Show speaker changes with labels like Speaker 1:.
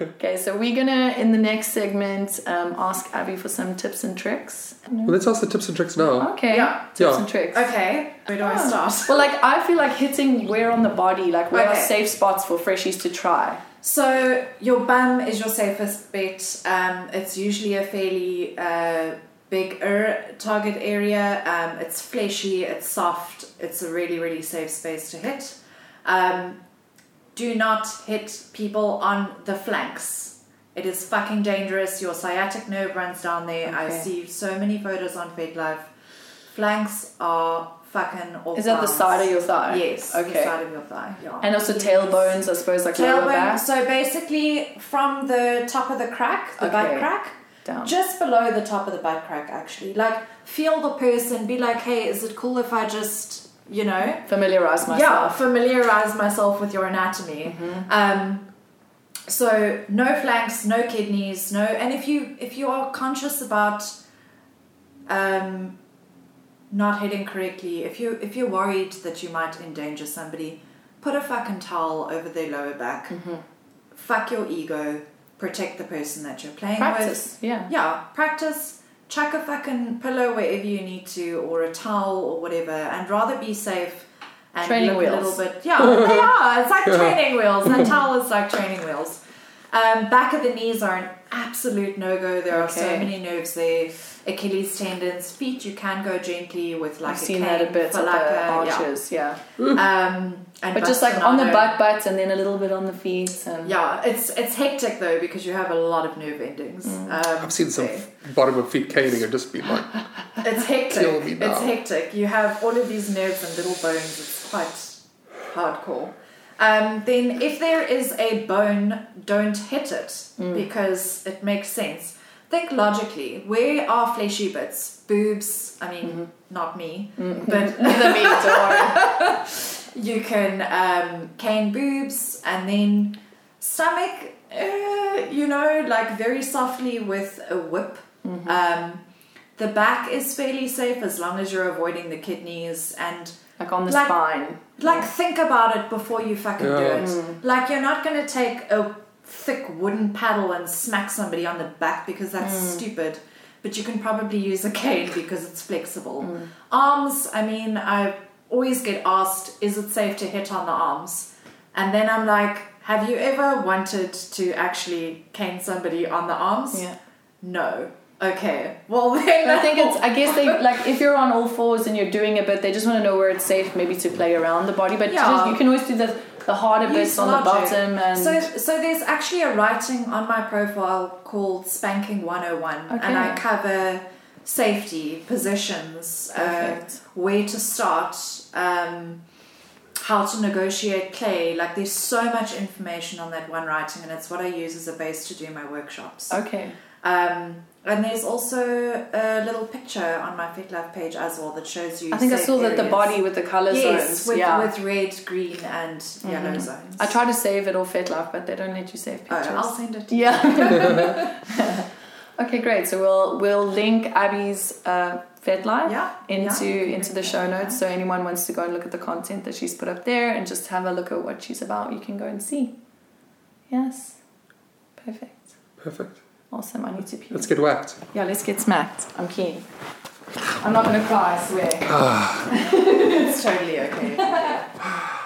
Speaker 1: Okay, so we're gonna in the next segment um, ask Abby for some tips and tricks.
Speaker 2: Well, let's ask the tips and tricks now.
Speaker 1: Okay,
Speaker 3: Yeah.
Speaker 1: tips
Speaker 2: Yeah.
Speaker 1: and tricks.
Speaker 3: Okay, where do
Speaker 1: Oh.
Speaker 3: I start?
Speaker 1: Well, like I feel like hitting where on the body, like where are
Speaker 3: Okay.
Speaker 1: safe spots for freshies to try.
Speaker 3: So your bum is your safest bet. Um, it's usually a fairly uh, big er- target area. Um, it's fleshy. It's soft. It's a really really safe space to hit. Um, do not hit people on the flanks. It is fucking dangerous. Your sciatic nerve runs down there. I
Speaker 1: Okay.
Speaker 3: see so many photos on FedLife. Flanks are fucking off.
Speaker 1: Is that the
Speaker 3: bounds.
Speaker 1: side of your thigh?
Speaker 3: Yes.
Speaker 1: Okay.
Speaker 3: The side of your thigh. Yeah.
Speaker 1: And also tailbones, I suppose, like lower
Speaker 3: Tailbone.
Speaker 1: back
Speaker 3: So basically, from the top of the crack, the
Speaker 1: Okay. Oh.
Speaker 3: butt crack,
Speaker 1: down.
Speaker 3: just below the top of the butt crack, actually. Like, feel the person, be like, hey, is it cool if I just, you know,
Speaker 1: Familiarize
Speaker 3: yeah,
Speaker 1: myself. Mm-hmm.
Speaker 3: familiarize myself with your anatomy. Um, so no flanks, no kidneys, no. And if you if you are conscious about um, not hitting correctly, if you if you're worried that you might endanger somebody, put a fucking towel over their lower back.
Speaker 1: Mm-hmm.
Speaker 3: Fuck your ego. Protect the person that you're playing with.
Speaker 1: Practice. Yeah.
Speaker 3: Yeah, practice. Chuck a fucking pillow wherever you need to, or a towel, or whatever, and rather be safe and
Speaker 1: Training
Speaker 3: look a
Speaker 1: wheels.
Speaker 3: little bit. Yeah, they are. It's like training wheels. That towel is like training wheels. Um, back of the knees are an absolute no go. There are so
Speaker 1: Okay.
Speaker 3: many nerves there. Achilles tendons, feet. You can go gently with like
Speaker 1: I've
Speaker 3: a
Speaker 1: seen
Speaker 3: cane,
Speaker 1: that a bit at
Speaker 3: falaka,
Speaker 1: the
Speaker 3: yeah.
Speaker 1: arches, yeah.
Speaker 3: Um, and
Speaker 1: But just like on the
Speaker 3: bastinado.
Speaker 1: butt butts and then a little bit on the feet and
Speaker 3: Yeah, it's it's hectic though because you have a lot of nerve endings.
Speaker 1: Mm.
Speaker 3: Um,
Speaker 2: I've seen some
Speaker 3: there.
Speaker 2: bottom of feet caning and just been like,
Speaker 3: It's hectic.
Speaker 2: Kill me now.
Speaker 3: It's hectic. You have all of these nerves and little bones. It's quite hardcore. Um, then, if there is a bone, don't hit it
Speaker 2: Mm.
Speaker 3: because it makes sense. Think logically. Where are fleshy bits? Boobs. I mean,
Speaker 2: Mm-hmm.
Speaker 3: not me, but
Speaker 1: the meat or
Speaker 3: you can um, cane boobs and then stomach, uh, you know, like very softly with a whip. Um, the back is fairly safe as long as you're avoiding the kidneys and
Speaker 1: like on the
Speaker 3: Like-
Speaker 1: spine.
Speaker 3: like think about it before you fucking do
Speaker 2: Yeah.
Speaker 3: it.
Speaker 1: Mm.
Speaker 3: Like you're not gonna take a thick wooden paddle and smack somebody on the back because that's
Speaker 1: Mm.
Speaker 3: stupid. But you can probably use a cane because it's flexible.
Speaker 1: Mm.
Speaker 3: Arms, I mean, I always get asked, is it safe to hit on the arms? And then I'm like, have you ever wanted to actually cane somebody on the arms?
Speaker 1: Yeah.
Speaker 3: No. Okay. Well then
Speaker 1: I think it's. I guess they like if you're on all fours and you're doing a bit, they just want to know where it's safe, maybe to play around the body. But
Speaker 3: Yeah.
Speaker 1: just- you can always do the the harder bits
Speaker 3: Use
Speaker 1: on the
Speaker 3: logic.
Speaker 1: bottom and
Speaker 3: So, so there's actually a writing on my profile called Spanking 101,
Speaker 1: Okay.
Speaker 3: and I cover safety, positions, uh,
Speaker 1: Perfect.
Speaker 3: where to start, um, how to negotiate play. Like, there's so much information on that one writing, and it's what I use as a base to do my workshops.
Speaker 1: okay,
Speaker 3: Um, and there's also a little picture on my FitLife page as well that shows you.
Speaker 1: I think I
Speaker 3: safe
Speaker 1: saw that the
Speaker 3: areas.
Speaker 1: body with the color
Speaker 3: Yes,
Speaker 1: zones.
Speaker 3: with,
Speaker 1: yeah, Mm-hmm.
Speaker 3: with red, green, and yellow zones.
Speaker 1: I try to save it all FetLife, but they don't let you save pictures.
Speaker 3: Oh, I'll send it to you.
Speaker 1: yeah. okay, great. So we'll we'll link Abby's uh, FetLife.
Speaker 3: Yeah.
Speaker 1: into
Speaker 3: yeah.
Speaker 1: into the show notes. So anyone wants to go and look at the content that she's put up there and just have a look at what she's about, you can go and see. Yes. Perfect.
Speaker 2: perfect.
Speaker 1: Awesome. I need to pee.
Speaker 2: Let's get whacked.
Speaker 1: yeah, let's get smacked. I'm keen. I'm not gonna cry, I swear.
Speaker 3: It's totally okay.